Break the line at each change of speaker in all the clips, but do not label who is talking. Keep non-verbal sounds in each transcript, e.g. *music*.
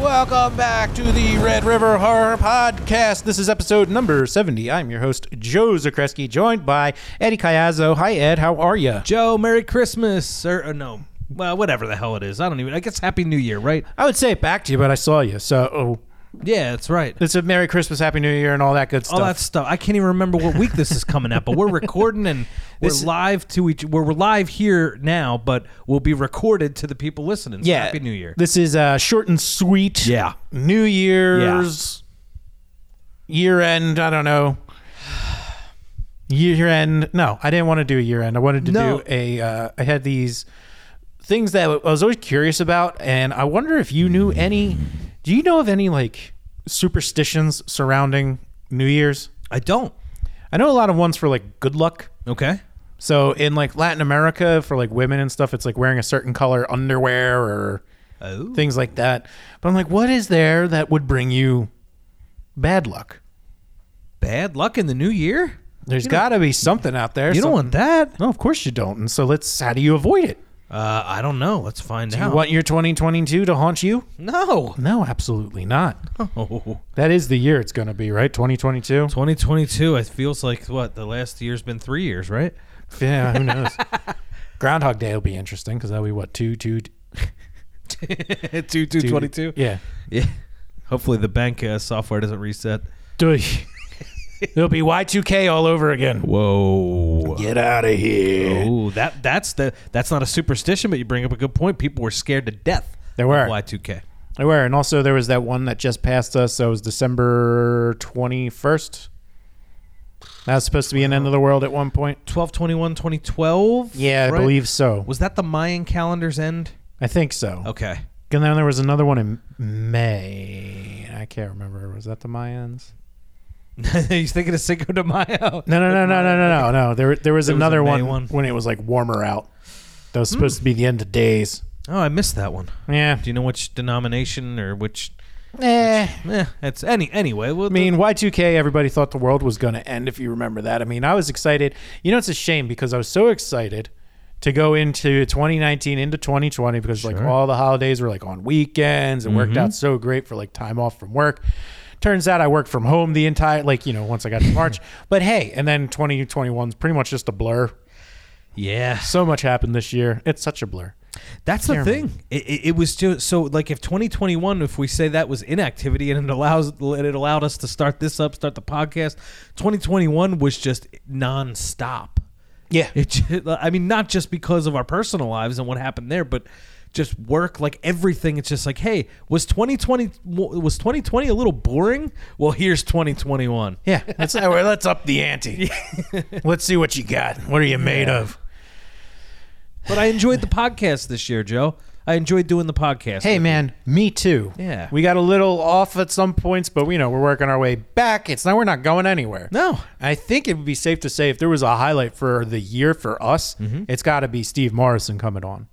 Welcome back to the Red River Horror Podcast. This is episode number 70. I'm your host, Joe Zakreski, joined by Eddie Cayazzo. Hi, Ed. How are you?
Joe, Merry Christmas. Or, or no. Well, whatever the hell it is. I don't even. I guess Happy New Year, right?
I would say it back to you, but I saw you. So oh,
Yeah, that's right.
it's a Merry Christmas, Happy New Year, and all that good stuff.
All that stuff. I can't even remember what week this is coming out, but we're
*laughs*
recording and we're
This-
live to each. We're, we're live here now, but we'll be recorded to the people listening. So
yeah.
Happy New Year.
This is uh, short and sweet.
Yeah.
New Year's year end. I don't know. Year end. No, I didn't want to do a year end. I wanted to
No.
do a. Uh, I had these things that I was always curious about, and I wonder if you knew any. Do you know of any like superstitions surrounding New Year's?
I don't.
I know a lot of ones for like good luck.
Okay.
So in like Latin America, for like women and stuff, it's like wearing a certain color underwear or
Oh.
things like that. But I'm like, what is there that would bring you bad luck?
Bad luck in the new year?
There's got to be something out there.
You don't want that.
No, of course you don't. And so let's. How do you avoid it?
Uh, I don't know. Let's find
Do you
out.
want your 2022 to haunt you?
No. *laughs*
No, absolutely not.
Oh.
That is the year it's going to be, right? 2022.
2022. It feels like what the last year's been three years, right? *laughs*
Yeah, who knows? Groundhog Day will be interesting because that'll be what two, two, two-
two two twenty two.
Yeah,
Yeah. Hopefully the bank uh, software doesn't reset.
*laughs* Duh. it'll be Y2K all over again.
Whoa.
Get out of here.
Oh, that that's the that's not a superstition, but you bring up a good point. People were scared to death.
They were.
Y two K.
I were, and also there was that one that just passed us. That was December twenty first. That was supposed to be an end of the world at one point.
12 21 2012
Yeah, I
right?
believe so.
was that the mayan calendar's end
I think so.
okay *laughs*
And then there was another one in May. I can't remember. Was that the Mayans?
he's thinking of cinco de mayo
No, no, no, no, no, no, no, no. There, there was
There was a
another
May
one,
one.
when it was like warmer out. That was supposed to be the end of days.
oh i missed that one
Yeah.
do you know which denomination or which
Eh.
eh, it's any anyway well
I mean, Y2K, everybody thought the world was going to end, if you remember that. I mean, I was excited. You know, it's a shame because I was so excited to go into 2019, into 2020, because like
Sure.
all the holidays were like on weekends and worked out so great for like time off from work. Turns out I worked from home the entire, like, you know, once I got to March. But hey, and then 2021 is pretty much just a blur.
yeah
So much happened this year. It's such a blur.
That's the
Terrible.
thing. It, it, it was just so like if 2021, if we say that was inactivity and it allows it allowed us to start this up, start the podcast. 2021 was just nonstop.
Yeah.
It, ju- I mean, not just because of our personal lives and what happened there, but just work, like everything. It's just like, hey, was 2020 was 2020 a little boring? Well, here's 2021.
Yeah, let's well, let's up the ante. let's see what you got. What are you made of?
But I enjoyed
*laughs*
the podcast this year, Joe. I enjoyed doing the podcast.
Hey man, me too.
Yeah.
We got a little off at some points, but we know we're working our way back. It's not we're not going anywhere.
no,
I think it would be safe to say if there was a highlight for the year for us,
Mm-hmm.
it's got to be Steve Morrison coming on.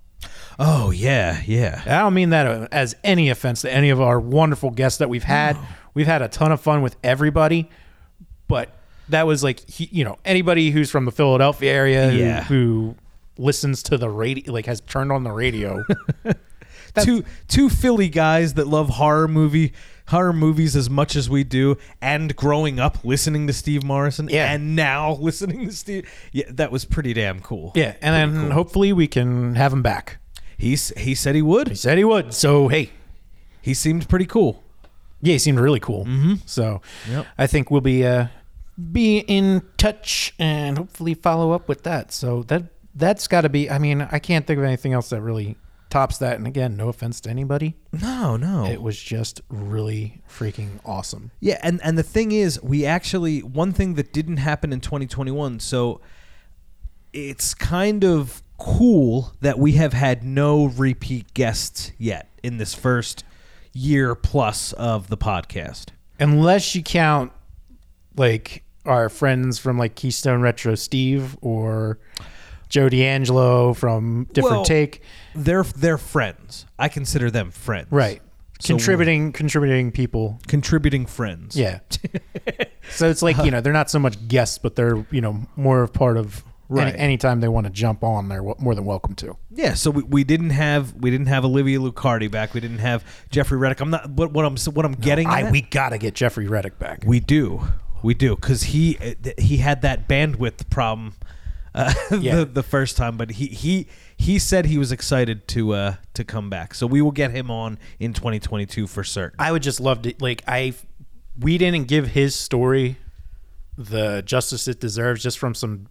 oh yeah, yeah.
I don't mean that uh, as any offense to any of our wonderful guests that we've had. We've had a ton of fun with everybody, but that was like he, you know anybody who's from the Philadelphia area who-
Yeah.
who, listens to the radio, like has turned on the radio.
*laughs* two two Philly guys that love horror movie horror movies as much as we do, and growing up listening to Steve Morrison,
Yeah.
and now *laughs* listening to Steve. Yeah, that was pretty damn cool.
yeah, and then hopefully we can have him back.
he s- he said he would.
He said he would. So hey,
He seemed pretty cool.
yeah, he seemed really cool. Mm-hmm. So
Yep.
I think we'll be uh, be in touch and hopefully follow up with that. So that that's got to be. I mean, I can't think of anything else that really tops that. And again, no offense to anybody,
No, no.
it was just really freaking awesome.
Yeah, and and the thing is, we actually one thing that didn't happen in 2021. So it's kind of cool that we have had no repeat guests yet in this first year plus of the podcast.
Unless you count like our friends from like Keystone Retro, Steve or Joe D'Angelo from Different
Well,
Take,
They're they're friends. I consider them friends.
right?
So-
contributing contributing people
Contributing
*laughs*
friends.
Yeah. so it's like, you know, they're not so much guests, but they're, you know, more of part of
Right.
Any, anytime they want to jump on, they're w- more than welcome to.
Yeah, so we, we didn't have we didn't have Olivia Lucardi back. We didn't have Jeffrey Reddick. I'm not. But what I'm what I'm getting.
I,
at-
we gotta get Jeffrey Reddick back.
we do we do because he uh, th- he had that bandwidth problem uh, *laughs*
Yeah.
the, the first time, but he he he said he was excited to uh, to come back. So we will get him on in 2022 for certain.
I would just love to like I we didn't give his story the justice it deserves just from some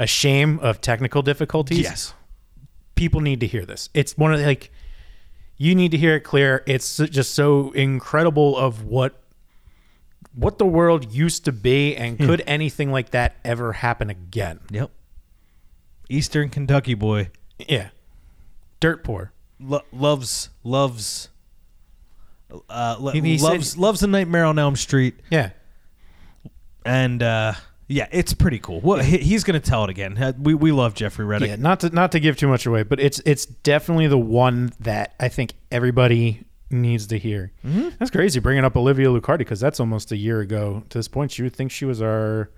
a shame of technical difficulties.
yes.
People need to hear this. It's one of the, like you need to hear it clear. It's just so incredible of what what the world used to be and could anything like that ever happen again?
Yep. Eastern Kentucky boy
Yeah. Dirt poor.
lo- loves loves uh, lo-
He- he said-
loves loves a Nightmare on Elm Street.
Yeah.
and uh, yeah, it's pretty cool. Well, he, he's going to tell it again. Uh, We we love Jeffrey Reddick.
yeah, not to not to give too much away, but it's it's definitely the one that I think everybody needs to hear. Mm-hmm. That's crazy bringing up Olivia Lucardi because that's almost a year ago to this point. She would think she was our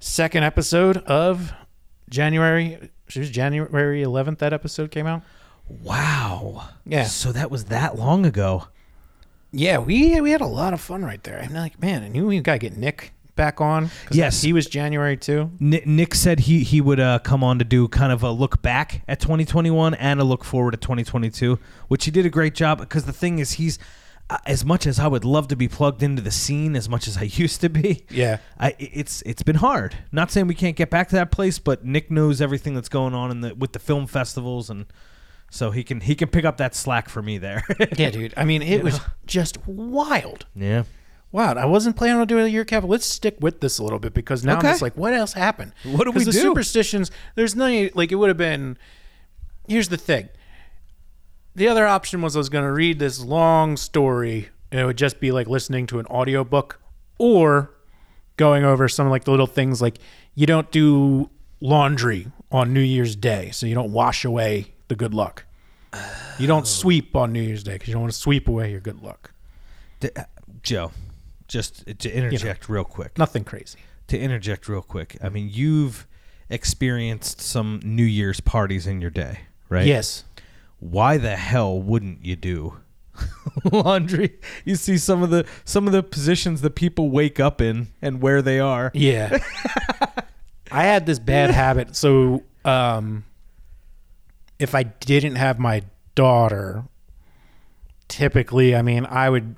second episode of January. She was January 11th that episode came out.
Wow.
Yeah.
So that was that long ago.
Yeah, we we had a lot of fun right there. I'm like, man, I knew we got to get Nick back on. 'cause
Yes.
he was January too.
Ni- Nick said he he would uh, come on to do kind of a look back at 2021 and a look forward at 2022, which he did a great job. Because the thing is, he's uh, as much as I would love to be plugged into the scene as much as I *laughs* used to be.
Yeah.
I i- it's it's been hard. Not saying we can't get back to that place, but Nick knows everything that's going on in the with the film festivals and. So he can he can pick up that slack for me there. *laughs*
Yeah, dude. I mean, it was just wild.
yeah.
Wow, I wasn't planning on doing a year cap. Let's stick with this a little bit because now
Okay.
I'm just like, what else happened?
What do
'Cause the
we do?
Superstitions. There's no like it would have been. Here's the thing. The other option was I was going to read this long story, and it would just be like listening to an audiobook or going over some like the little things like you don't do laundry on New Year's Day, so you don't wash away the good luck. You
Oh.
don't sweep on New Year's Day because you don't want to sweep away your good luck.
D- uh, Joe, just uh, to interject real quick.
Nothing crazy.
To interject real quick. I mean, you've experienced some New Year's parties in your day, right?
Yes.
Why the hell wouldn't you do *laughs* laundry? You see some of the some of the positions that people wake up in and where they are.
Yeah. I had this bad habit. So, um, if I didn't have my daughter, typically, I mean, I would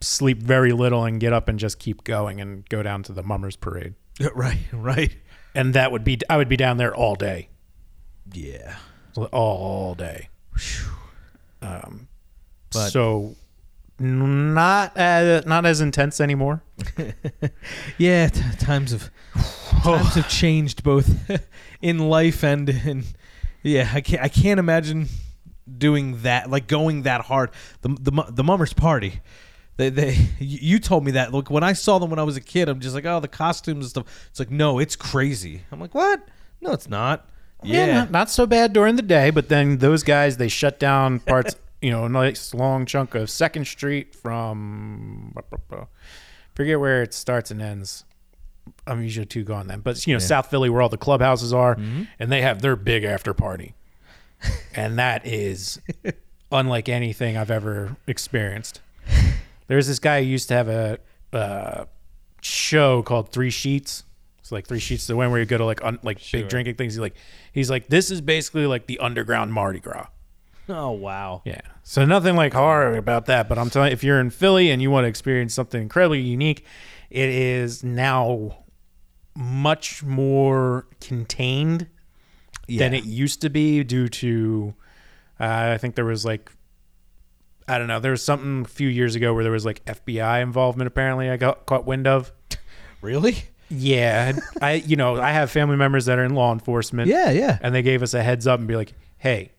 sleep very little and get up and just keep going and go down to the mummers parade.
*laughs* Right, right.
And that would be, I would be down there all day,
Yeah.
all day. Um,
But-
so, not as, not as intense anymore.
Yeah, t- times have times *sighs* have changed both *laughs* in life and in yeah. I can't I can't imagine doing that like going that hard. The the mu- the mummers party. They, they you you told me that look when I saw them when I was a kid I'm just like oh the costumes and stuff it's like no it's crazy I'm like what no it's not yeah,
not, not so bad during the day, but then those guys they shut down parts, you know, a nice long chunk of Second Street from forget where it starts and ends. I'm usually too gone then, but you know, South Philly where all the clubhouses are, and they have their big after party, and that is unlike anything I've ever experienced. There's this guy who used to have a uh, show called Three Sheets. It's like Three Sheets, the one where you go to like un- like big drinking things. He's like, he's like, this is basically like the underground Mardi Gras.
oh wow
Yeah. So nothing like horror about that, but I'm telling if you're in Philly and you want to experience something incredibly unique, it is now much more contained than
Yeah.
it used to be due to uh, I think there was like I don't know, there was something a few years ago where there was like FBI involvement apparently I got caught wind of.
really
Yeah, *laughs* I you know, I have family members that are in law enforcement
yeah yeah
and they gave us a heads up and be like, "Hey,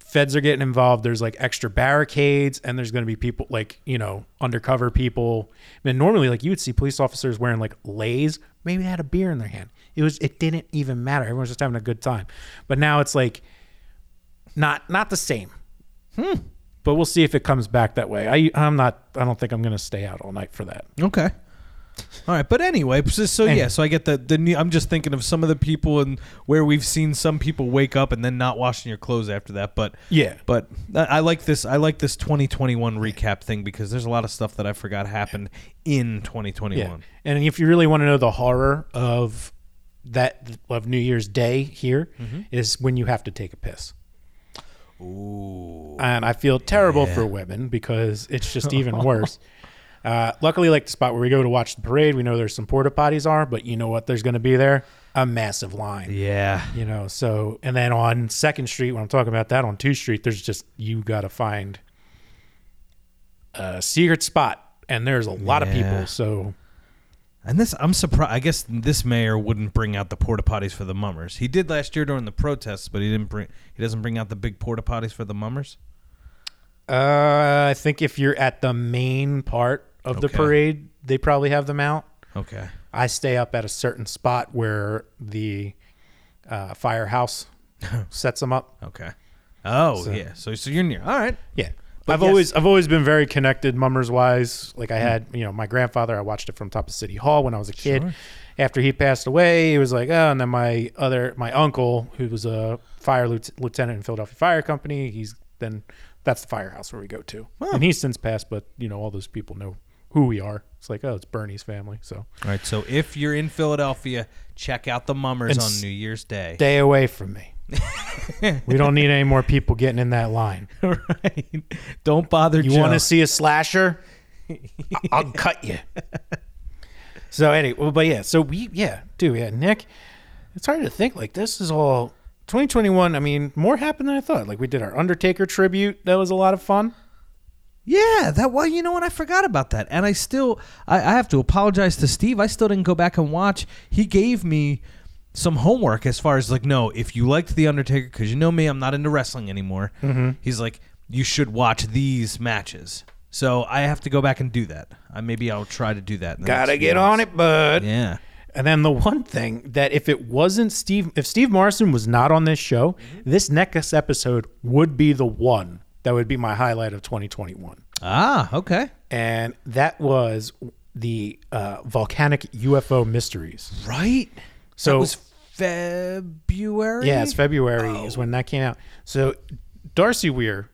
feds are getting involved. There's like extra barricades, and there's going to be people like you know undercover people. I mean, normally like you would see police officers wearing like lays, maybe they had a beer in their hand. It was it didn't even matter. Everyone's just having a good time. But now it's like not not the same. Hmm. But we'll see if it comes back that way. I I'm not. I don't think I'm going to stay out all night for that.
okay All right, but anyway, so, so
Anyway.
yeah, so I get the the. ne- I'm just thinking of some of the people and where we've seen some people wake up and then not washing your clothes after that. But
Yeah.
but I I like this. I like this 2021 recap thing because there's a lot of stuff that I forgot happened in 2021.
Yeah. And if you really want to know the horror of that of New Year's Day here is
Mm-hmm.
when you have to take a piss. Ooh. And I feel terrible for women because it's
*laughs*
just even worse. Uh, luckily, like the spot where we go to watch the parade, we know there's some porta potties are, but you know what? There's going to be there a massive line.
Yeah.
You know, so and then on Second Street, when I'm talking about that on Two Street, there's just you got to find a secret spot, and there's a lot of
Yeah.
people. So
And this, I'm surprised. I guess this mayor wouldn't bring out the porta potties for the mummers. He did last year during the protests, but he didn't bring. He doesn't bring out the big porta potties for the mummers.
Uh, I think if you're at the main part of the
Okay.
parade, they probably have them out.
Okay.
I stay up at a certain spot where the uh, firehouse sets them up.
Okay. Oh
So-
yeah. So so you're near. All right.
Yeah.
But
I've
yes.
always I've always been very connected mummers wise. Like I had, you know, my grandfather, I watched it from top of City Hall when I was a kid.
Sure.
After he passed away, he was like, oh, and then my other my uncle, who was a fire lieuts- lieutenant in Philadelphia Fire Company, he's then that's the firehouse where we go to. And he's since passed, but you know, all those people know who we are. It's like, oh, it's Bernie's family. So
All right. So if you're in Philadelphia, check out the mummers
And
on
s-
New Year's *laughs* Day.
stay away from me. *laughs* we don't need any more people getting in that line.
right. Don't bother.
You
Joe.
want to see a slasher? I- I'll cut you. *laughs* So anyway, well, but yeah, so we yeah, do yeah, Nick. It's hard to think like this is all 2021. I mean, more happened than I thought. Like we did our Undertaker tribute. That was a lot of fun.
Yeah, that well, you know what? I forgot about that, and I still I, I have to apologize to Steve. I still didn't go back and watch. He gave me some homework as far as like, no, if you liked the Undertaker, because you know me, I'm not into wrestling anymore. He's like, you should watch these matches. So I have to go back and do that. I maybe I'll try to do that. in the next
Gotta
few
get
months.
on it, bud.
Yeah.
And then the one thing that if it wasn't Steve, if Steve Morrison was not on this show, this next episode would be the one that would be my highlight of 2021.
Ah, okay.
and that was the uh, volcanic UFO mysteries.
Right.
So
That was February.
yeah, it's February
Oh.
is when that came out. So Darcy Weir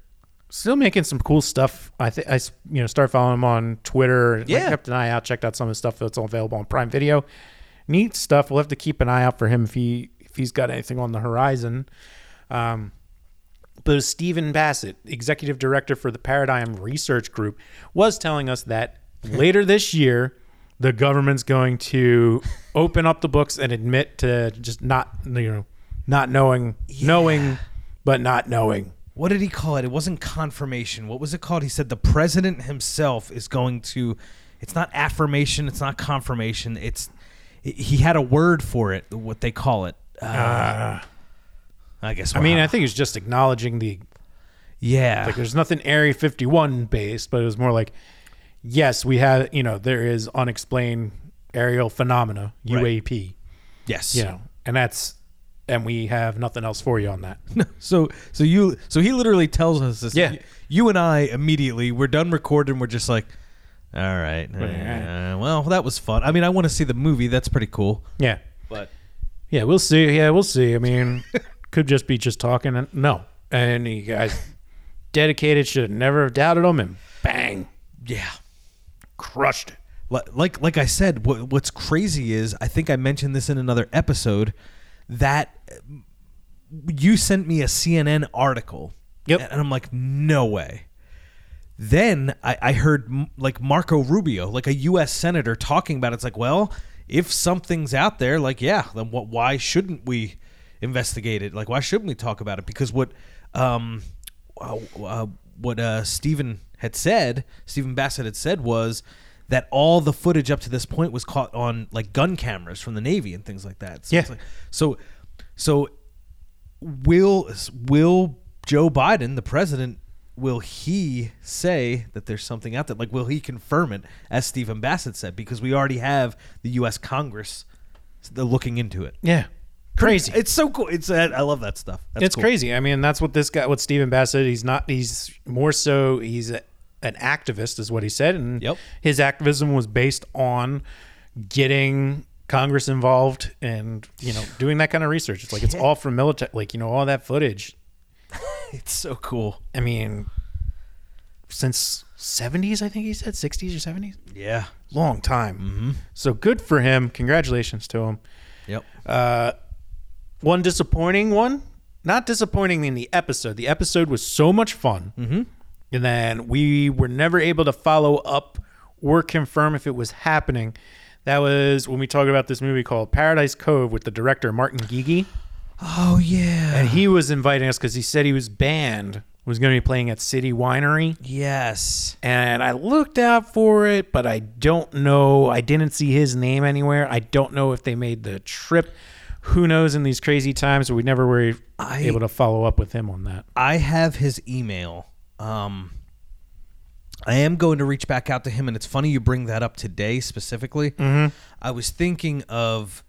still making some cool stuff. I think I s- you know start following him on Twitter. Like,
Yeah.
kept an eye out. Checked out some of the stuff that's all available on Prime Video. Neat stuff. We'll have to keep an eye out for him if he if he's got anything on the horizon. Um, but Stephen Bassett, executive director for the Paradigm Research Group, was telling us that later this year, the government's going to open up the books and admit to just not you know not knowing knowing but not knowing.
what did he call it? It wasn't confirmation. What was it called? He said the president himself is going to. It's not affirmation. It's not confirmation. It's. He had a word for it. What they call it. Uh, I guess.
Ah. I mean,
we'll-
I think it's just acknowledging the
yeah.
like there's nothing Area 51 based, but it was more like yes, we have, you know, there is unexplained aerial phenomena, UAP,
yes.
you know. And that's and we have nothing else for you on that.
So so you so he literally tells us this.
Yeah.
You, you and I immediately we're done recording. We're just like, all right.
right.
uh, well, that was fun. I mean, I want to see the movie. That's pretty cool.
Yeah.
But
Yeah, we'll see. Yeah, we'll see. I
*laughs*
mean, could just be just talking. And, no, and you guys dedicated should have never have doubted him, and bang,
yeah.
crushed it.
Li- like like I said, what, what's crazy is I think I mentioned this in another episode that um, you sent me a CNN article.
Yep.
And I'm like, no way. Then I, I heard m- like Marco Rubio, like a U.S. senator, talking about it. it's like, well, if something's out there, like yeah, then what? Why shouldn't we investigate it? Like why shouldn't we talk about it? Because what, um, uh, uh, what uh, Stephen had said, Stephen Bassett had said was that all the footage up to this point was caught on like gun cameras from the Navy and things like that. So
Yeah.
it's like- so, so will will Joe Biden, the president, will he say that there's something out there? Like, will he confirm it, as Stephen Bassett said? Because we already have the U.S. Congress uh, looking into it.
Yeah, crazy.
It's so cool. It's uh, I love that stuff. That's
it's
cool.
crazy. I mean, that's what this guy, what Stephen Bassett, he's not. He's more so. He's a, an activist, is what he said, and
Yep.
his activism was based on getting Congress involved and you know doing that kind of research. It's like it's all from military, like you know all that footage.
It's so cool.
I mean, since seventies, I think he said sixties or seventies,
Yeah.
long time. Mm-hmm. So good for him. Congratulations to him.
Yep.
One disappointing one. Not disappointing in the episode. The episode was so much fun. Mm-hmm. And then we were never able to follow up or confirm if it was happening. That was when we talked about this movie called Paradise Cove with the director Martin Gigi.
Oh yeah.
And he was inviting us because he said he was banned, was going to be playing at City Winery.
yes.
And I looked out for it, but I don't know. I didn't see his name anywhere. I don't know if they made the trip. Who knows in these crazy times? We never were e-,
I-
able to follow up with him on that.
I have his email. Um, I am going to reach back out to him, and it's funny you bring that up today specifically. I was thinking of,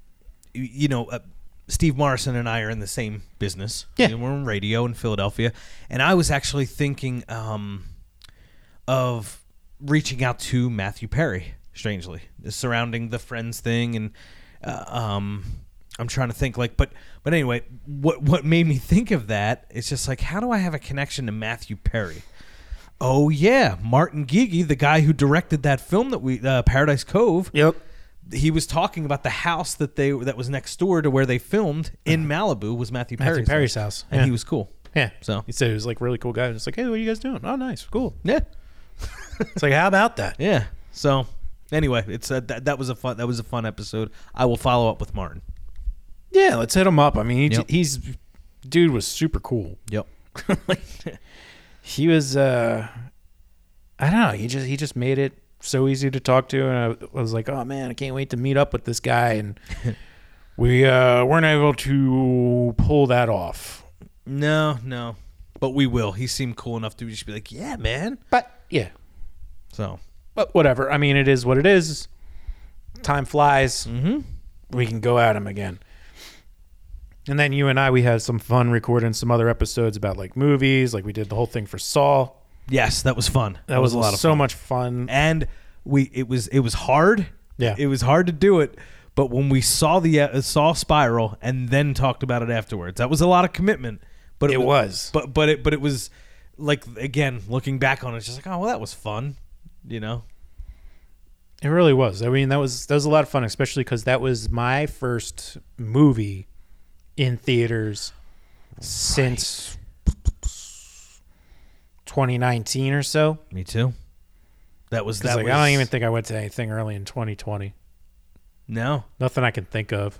y- you know, uh, Steve Morrison and I are in the same business.
Yeah.
we're in radio in Philadelphia, and I was actually thinking um, of reaching out to Matthew Perry. Strangely, surrounding the Friends thing, and uh, um, I'm trying to think like, but but anyway, what what made me think of that? It's just like, how do I have a connection to Matthew Perry? Oh yeah, Martin Gigi, the guy who directed that film that we uh, Paradise Cove.
Yep.
He was talking about the house that they that was next door to where they filmed in Malibu was Matthew
Uh-huh. Matthew
Perry's,
Perry's house,
and
yeah.
he was cool.
Yeah.
So.
he said he was like really cool guy. And it's like, hey, what are you guys doing? Oh, nice.
*laughs*
Cool.
Yeah,
It's like, how about that?
yeah. So anyway, it's a, that that was a fun that was a fun episode. I will follow up with Martin.
Yeah, let's hit him up. I mean, he,
Yep.
he's dude was super cool.
Yep.
he was uh i don't know he just he just made it so easy to talk to and i was like oh man i can't wait to meet up with this guy and *laughs* we uh weren't able to pull that off
*laughs* No, no. But we will. He seemed cool enough to just be like, yeah, man.
but yeah
So
but whatever i mean it is what it is time flies
Mhm.
we can go at him again and then you and i we had some fun recording some other episodes about like movies like we did the whole thing for saul
yes, that was fun.
that was, a lot of so much fun
and we it was it was hard.
Yeah.
it was hard to do it. But when we saw the uh, saw Spiral and then talked about it afterwards, that was a lot of commitment. But
It was.
But but it but it was like again looking back on it, it's just like oh well that was fun, you know.
It really was. I mean, that was that was a lot of fun, especially because that was my first movie in theaters since 2019 or so.
Me too. That was
'Cause,
that.
like,
was,
I don't even think I went to anything early in 2020.
no.
Nothing I can think of.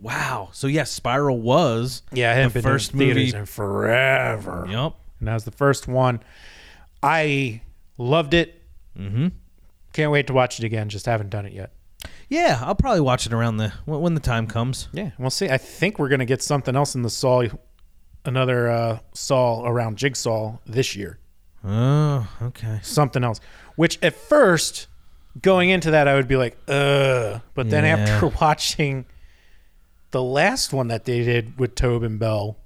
Wow. So yes, Spiral was
Yeah, I haven't
the
been
first
first in theaters
movie.
in forever.
Yep.
And that was the first one. I loved it.
Mm-hmm.
Can't wait to watch it again. Just haven't done it yet.
Yeah, I'll probably watch it around the when, when the time comes.
Yeah, we'll see. I think we're gonna get something else in the Saul, another uh, Saul around Jigsaw this year.
Oh, okay.
Something else. Which at first, going into that, I would be like, ugh. But then
Yeah.
after *laughs* watching the last one that they did with Tobin Bell,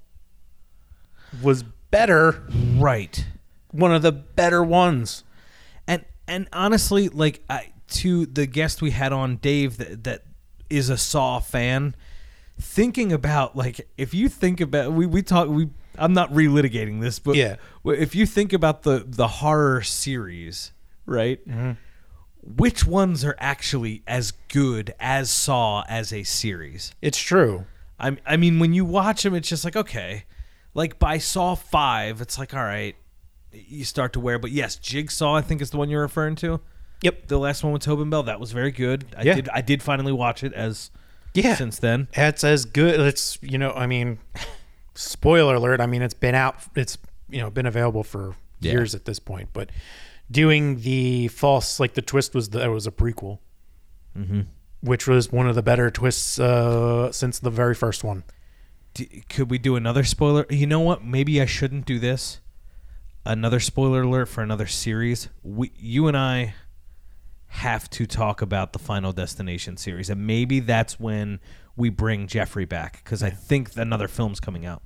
was better.
Right.
One of the better ones.
And and honestly, like I, to the guest we had on Dave that that is a Saw fan, thinking about like if you think about we we talk we I'm not relitigating this, but
Yeah.
if you think about the the horror series, right? Which ones are actually as good as Saw as a series?
It's true.
I I mean, when you watch them, it's just like okay, like by Saw Five, it's like all right, you start to wear. But yes, Jigsaw, I think is the one you're referring to.
Yep.
The last one with Tobin Bell, that was very good. I
Yeah.
did I did finally watch it as
Yeah.
since then.
That's as good. It's you know, I mean, spoiler alert. I mean, it's been out. It's you know, been available for
Yeah.
years at this point. But doing the false, like the twist was that it was a prequel, which was one of the better twists uh, since the very first one.
D- could we do another spoiler? You know what? Maybe I shouldn't do this. Another spoiler alert for another series. We, you and I have to talk about the Final Destination series, and maybe that's when we bring Jeffrey back because I think another film's coming out.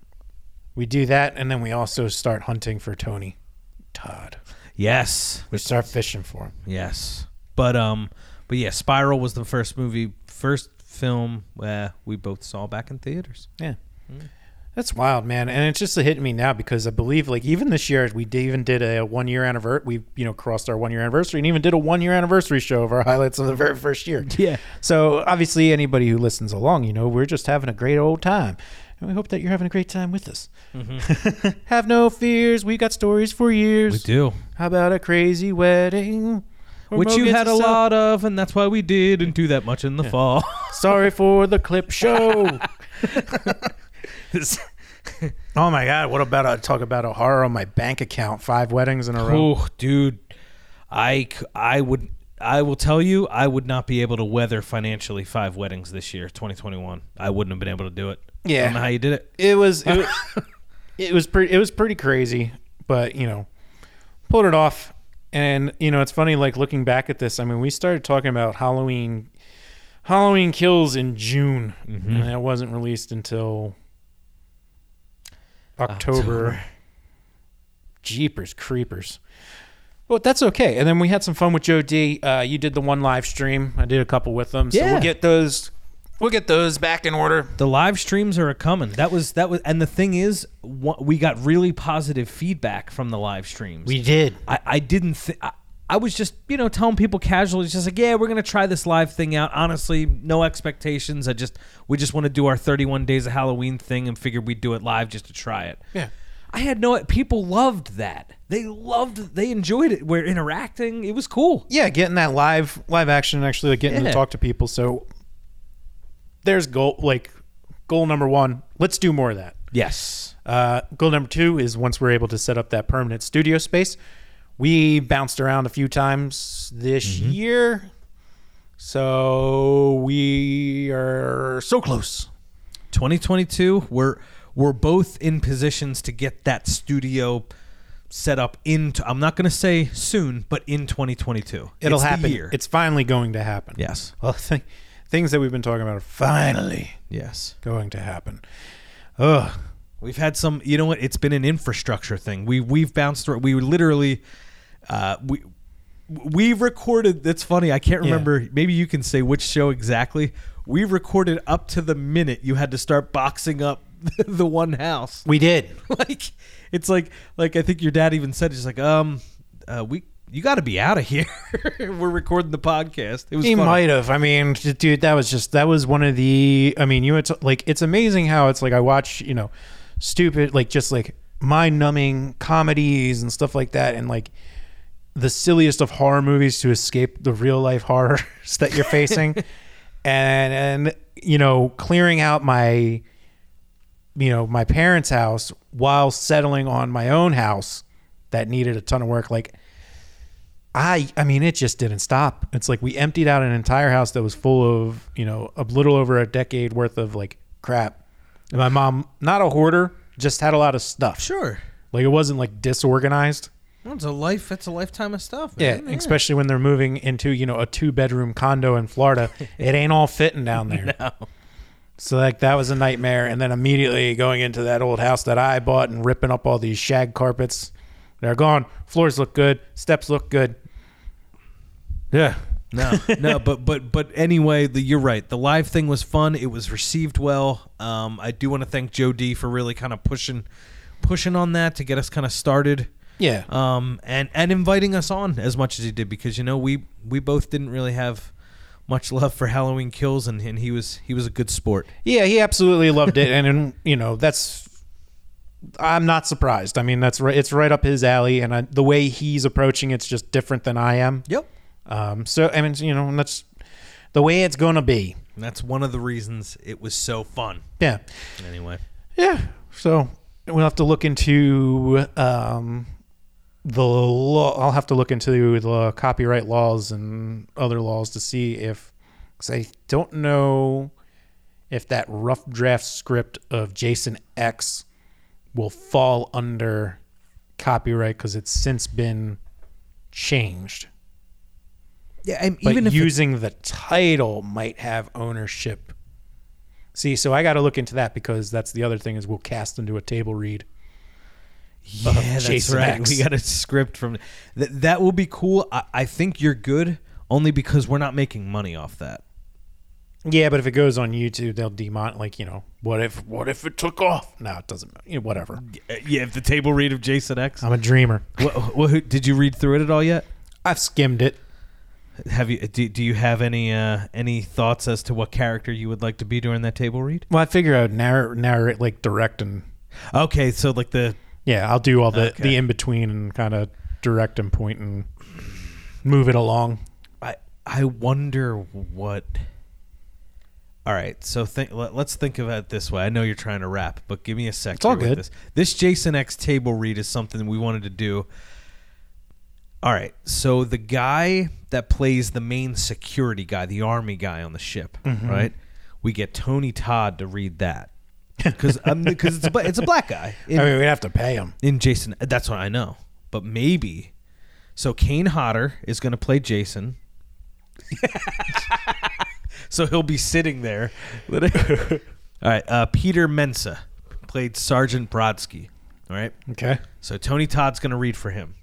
We do that, and then we also start hunting for Tony Todd.
Yes.
We start fishing for him.
Yes. But um but yeah, Spiral was the first movie, first film uh, we both saw back in theaters.
Yeah.
Hmm.
That's wild, man. And it's just hitting me now because I believe, like, even this year, we did, even did a one year anniversary. We, you know, crossed our one year anniversary and even did a one year anniversary show of our highlights of the very first year.
*laughs* Yeah.
So, obviously, anybody who listens along, you know, we're just having a great old time. And we hope that you're having a great time with us. *laughs* Have no fears. We got stories for years.
Mm-hmm. We do.
How about a crazy wedding? Where
Which
Mo
you
gets
had a
himself-
lot of, and that's why we didn't do that much in the *laughs* fall.
Sorry for the clip
*laughs*
show.
This-
oh my god! What about a talk about a horror on my bank account? Five weddings in a row.
oh, dude. I, c- I would I will tell you I would not be able to weather financially five weddings this year, 2021. I wouldn't have been able to do it. I
Yeah.
don't know how you did it.
It was it was, *laughs* it was pretty it was pretty crazy, but you know, pulled it off. And you know, it's funny like looking back at this. I mean, we started talking about Halloween Halloween Kills in June, and that wasn't released until October. Jeepers creepers. Well, that's okay. And then we had some fun with Joe D. Uh, you did the one live stream. I did a couple with them, so
Yeah.
we'll get those. We'll get those back in order.
The live streams are a coming. That was that was, and the thing is, wha- we got really positive feedback from the live streams.
did.
I, I didn't. Th- I, I was just you know telling people casually, just like, yeah, we're gonna try this live thing out. Honestly, no expectations. I just we just want to do our 31 days of Halloween thing and figured we'd do it live just to try it.
Yeah.
I had no. People loved that. They loved. They enjoyed it. We're interacting. It was cool.
yeah, getting that live live action actually like getting
Yeah.
to talk to people. So there's goal like goal number one. Let's do more of that.
Yes.
Uh, goal number two is once we're able to set up that permanent studio space. We bounced around a few times this
Mm-hmm.
year, so we are so close.
2022 we're we're both in positions to get that studio set up in I'm not going to say soon but in 2022
It'll
It's the
happen.
year.
It's finally going to happen.
yes
Well, *laughs* th- things that we've been talking about are finally
yes
going to happen. Ugh.
we've had some you know what it's been an infrastructure thing we we've bounced through we literally uh we we recorded that's funny I can't remember maybe you can say which show exactly we recorded up to the minute you had to start boxing up *laughs* the one house *laughs*
We did.
like it's like like I think your dad even said it's like um uh, we you got to be out of here. *laughs* We're recording the podcast. It was
He
fun.
might have. I mean, d- dude, that was just that was one of the. I mean, you had to- like it's amazing how it's like I watch you know, stupid like just like mind numbing comedies and stuff like that, and like the silliest of horror movies to escape the real life horrors *laughs* that you're facing, and and you know clearing out my you know my parents' house while settling on my own house that needed a ton of work. Like I I mean it just didn't stop. It's like we emptied out an entire house that was full of, you know, a little over a decade worth of like crap. And my mom, not a hoarder, just had a lot of stuff.
Sure,
Like it wasn't like disorganized.
well, it's a life. It's a lifetime of stuff.
Yeah,
Man.
especially when they're moving into, you know, a two bedroom condo in Florida. it ain't all fitting down there. So like that was a nightmare and then immediately going into that old house that I bought and ripping up all these shag carpets. They're gone. Floors look good, steps look good. Yeah.
no, *laughs* no, but but but anyway, the, you're right. The live thing was fun. It was received well. Um, I do want to thank Joe D for really kind of pushing pushing on that to get us kind of started.
Yeah.
um, and and inviting us on as much as he did because you know we we both didn't really have much love for Halloween Kills and, and he was he was a good sport.
Yeah, he absolutely loved it, and, and you know that's. I'm not surprised. I mean, that's right. It's right up his alley, and I, the way he's approaching it's just different than I am.
Yep,
Um. So I mean, you know, and that's the way it's gonna be.
and that's one of the reasons it was so fun.
Yeah.
Anyway,
Yeah. So we'll have to look into um the law. I'll have to look into the copyright laws and other laws to see if, because I don't know if that rough draft script of Jason X will fall under copyright because it's since been changed.
yeah, and
But
even if it's
using the title might have ownership. See, so I got to look into that because that's the other thing is we'll cast into a table read.
Yeah, that's
Jason
right.
X.
*laughs* We got a script from Th- that. Will be cool. I, I think you're good only because we're not making money off that.
Yeah, but if it goes on YouTube, they'll demont like you know what if what if it took off? No, it doesn't. You know, whatever.
Yeah, if the table read of Jason X.
I'm a dreamer.
What, what, who- did you read through it at all yet?
I've skimmed it.
Have you? Do, do you have any uh, any thoughts as to what character you would like to be during that table read?
Well, I figure I would narrate, narrate like direct and
Okay, so like the
yeah, I'll do all the
Okay.
the in between and kind of direct and point and move it along.
I I wonder what. All right, so think. Let, let's think of it this way. I know you're trying to wrap, but give me a second.
all good.
This. this Jason X table read is something we wanted to do. All right, so the guy that plays the main security guy, the army guy on the ship,
Mm-hmm.
right? We get Tony Todd to read that because because it's a, bla- it's a black guy.
*laughs*
in-
I mean, we'd have to pay him.
in Jason. That's what I know. But maybe. So Kane Hodder is going to play Jason. *laughs* so he'll be sitting there. All right. Uh, Peter Mensa played Sergeant Brodsky. All right.
Okay.
So Tony Todd's going to read for him.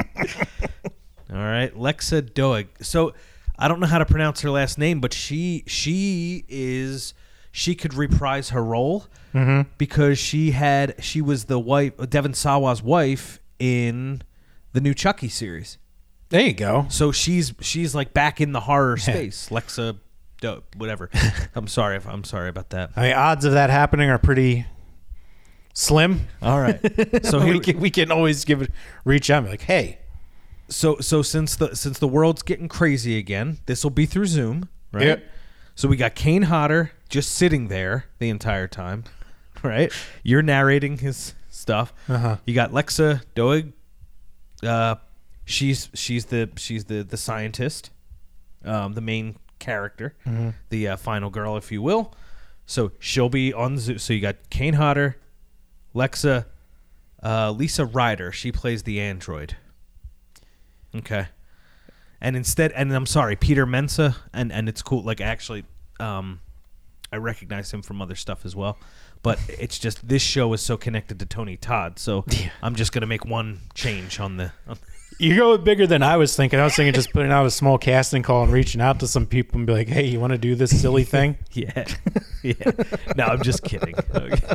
All right, Lexa Doig. So I don't know how to pronounce her last name, but she she is she could reprise her role because she had she was the wife Devin Sawa's wife in the new Chucky series.
There you go.
So she's she's like back in the horror space. Lexa Doig, whatever. I'm sorry if I'm sorry about that.
I mean, odds of that happening are pretty slim.
All right.
So
So
*laughs*
here,
we can we can always give it reach out and be like, hey,
so so since the since the world's getting crazy again, this will be through Zoom, right?
Yep.
So we got Kane Hodder just sitting there the entire time, *laughs* right? You're narrating his stuff.
Uh-huh.
You got Lexa Doig. Uh, she's she's the she's the the scientist, um, the main character, the uh, final girl, if you will. So she'll be on Zoom. So you got Kane Hodder, Lexa, uh, Lisa Ryder. She plays the android. Okay. And instead, and I'm sorry, Peter Mensa, and and it's cool. Like actually, um, I recognize him from other stuff as well, but it's just this show is so connected to Tony Todd, *laughs* so I'm just gonna make one change on the. On
you go bigger than I was thinking. I was thinking just putting out a small casting call and reaching out to some people and be like, hey, you want to do this *laughs* silly thing?
*laughs* yeah, *laughs* yeah. No, I'm just kidding. *laughs* Okay.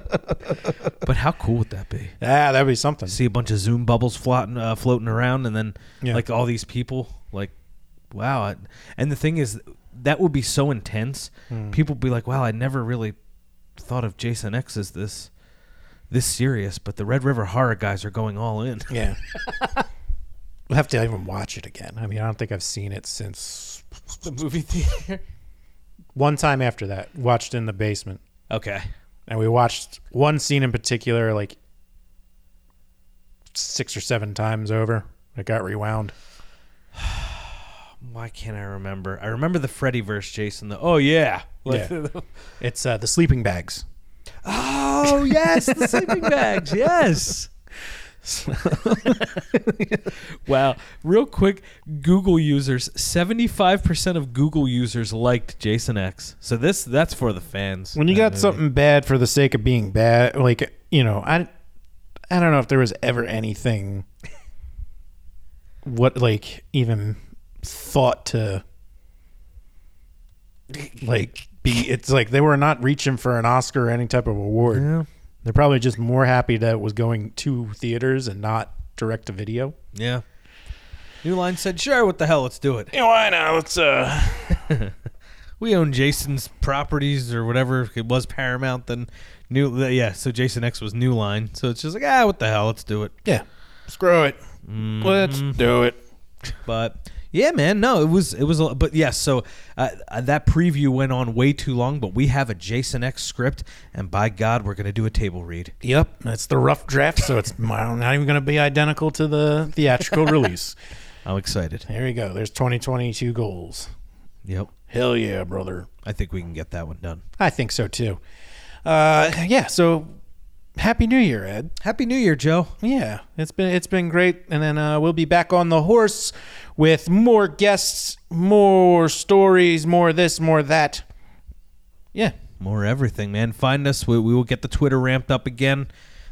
But how cool would that be?
Yeah, that'd be something.
See a bunch of Zoom bubbles floating uh, floating around, and then
Yeah.
like all these people, like wow. I- And the thing is, that would be so intense.
Hmm.
People would be like, wow, I never really thought of Jason X as this this serious, but the Red River Horror guys are going all in. *laughs*
Yeah. *laughs* we'll have to even watch it again. I mean, I don't think I've seen it since
the movie theater.
one time after that, watched in the basement.
Okay.
And we watched one scene in particular like six or seven times over. It got rewound.
Why can't I remember? I remember the Freddy verse Jason. The oh yeah. *laughs*
Yeah. It's uh, the sleeping bags.
Oh yes, the *laughs* sleeping bags. Yes. *laughs* wow. Real quick, Google users. Seventy-five percent of Google users liked Jason X. So this that's for the fans.
When you
That
got
movie.
something bad for the sake of being bad, like you know, I, I don't know if there was ever anything, *laughs* what like even thought to, like be. It's like they were not reaching for an Oscar or any type of award.
Yeah.
They're probably just more happy that it was going to theaters and not direct to video.
Yeah. New Line said, "Sure, what the hell? Let's do it.
You know, I know it's uh,
We own Jason's properties or whatever. If It was Paramount. Then New, yeah. So Jason X was New Line. So it's just like, ah, what the hell? Let's do it.
yeah, screw it, let's do it.
But yeah, man, no, it was it was, a, but yes. so uh, uh, that preview went on way too long, but we have a Jason X script, and by God, we're gonna do a table read.
Yep, it's the rough draft, so it's *laughs* uh, not even going to be identical to the theatrical *laughs* release.
I'm excited.
There you go. There's 2022 goals.
Yep,
Hell yeah, brother.
I think we can get that one done.
I think so too. Uh, yeah. So, happy New Year, Ed.
Happy New Year, Joe.
Yeah, it's been it's been great, and then uh, we'll be back on the horse with more guests, more stories, more this, more that. Yeah.
More everything, man. Find us. We, we will get the Twitter ramped up again.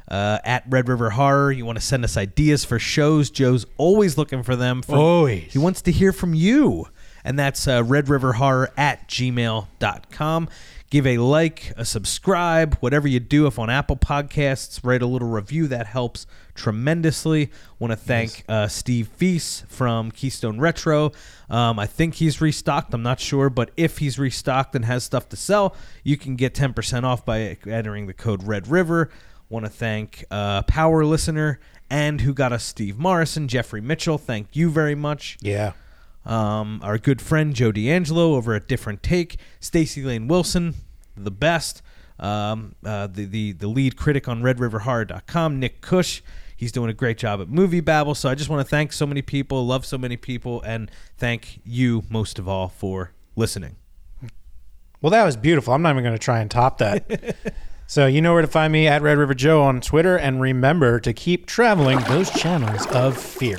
uh, at Red River Horror. You want to send us ideas for shows. Joe's always looking for them. For,
Always.
He wants to hear from you. And that's uh, redriverhorror at gmail.com. Give a like, a subscribe, whatever you do. If on Apple Podcasts, write a little review. That helps tremendously. Want to thank uh, Steve Feast from Keystone Retro. Um, I think he's restocked. I'm not sure, but if he's restocked and has stuff to sell, you can get 10% off by entering the code Red River. Want to thank uh, Power Listener and who got us Steve Morrison, Jeffrey Mitchell. Thank you very much
Yeah.
um, our good friend Joe D'Angelo over at Different Take, Stacy Lane Wilson, the best, um, uh, the, the the lead critic on RedRiverHorror.com, Nick Cush. He's doing a great job at Movie Babble. So I just want to thank so many people, love so many people, and thank you most of all for listening.
Well, that was beautiful. I'm not even going to try and top *laughs* that. so you know where to find me at Red River Joe on Twitter, and remember to keep traveling those channels of fear.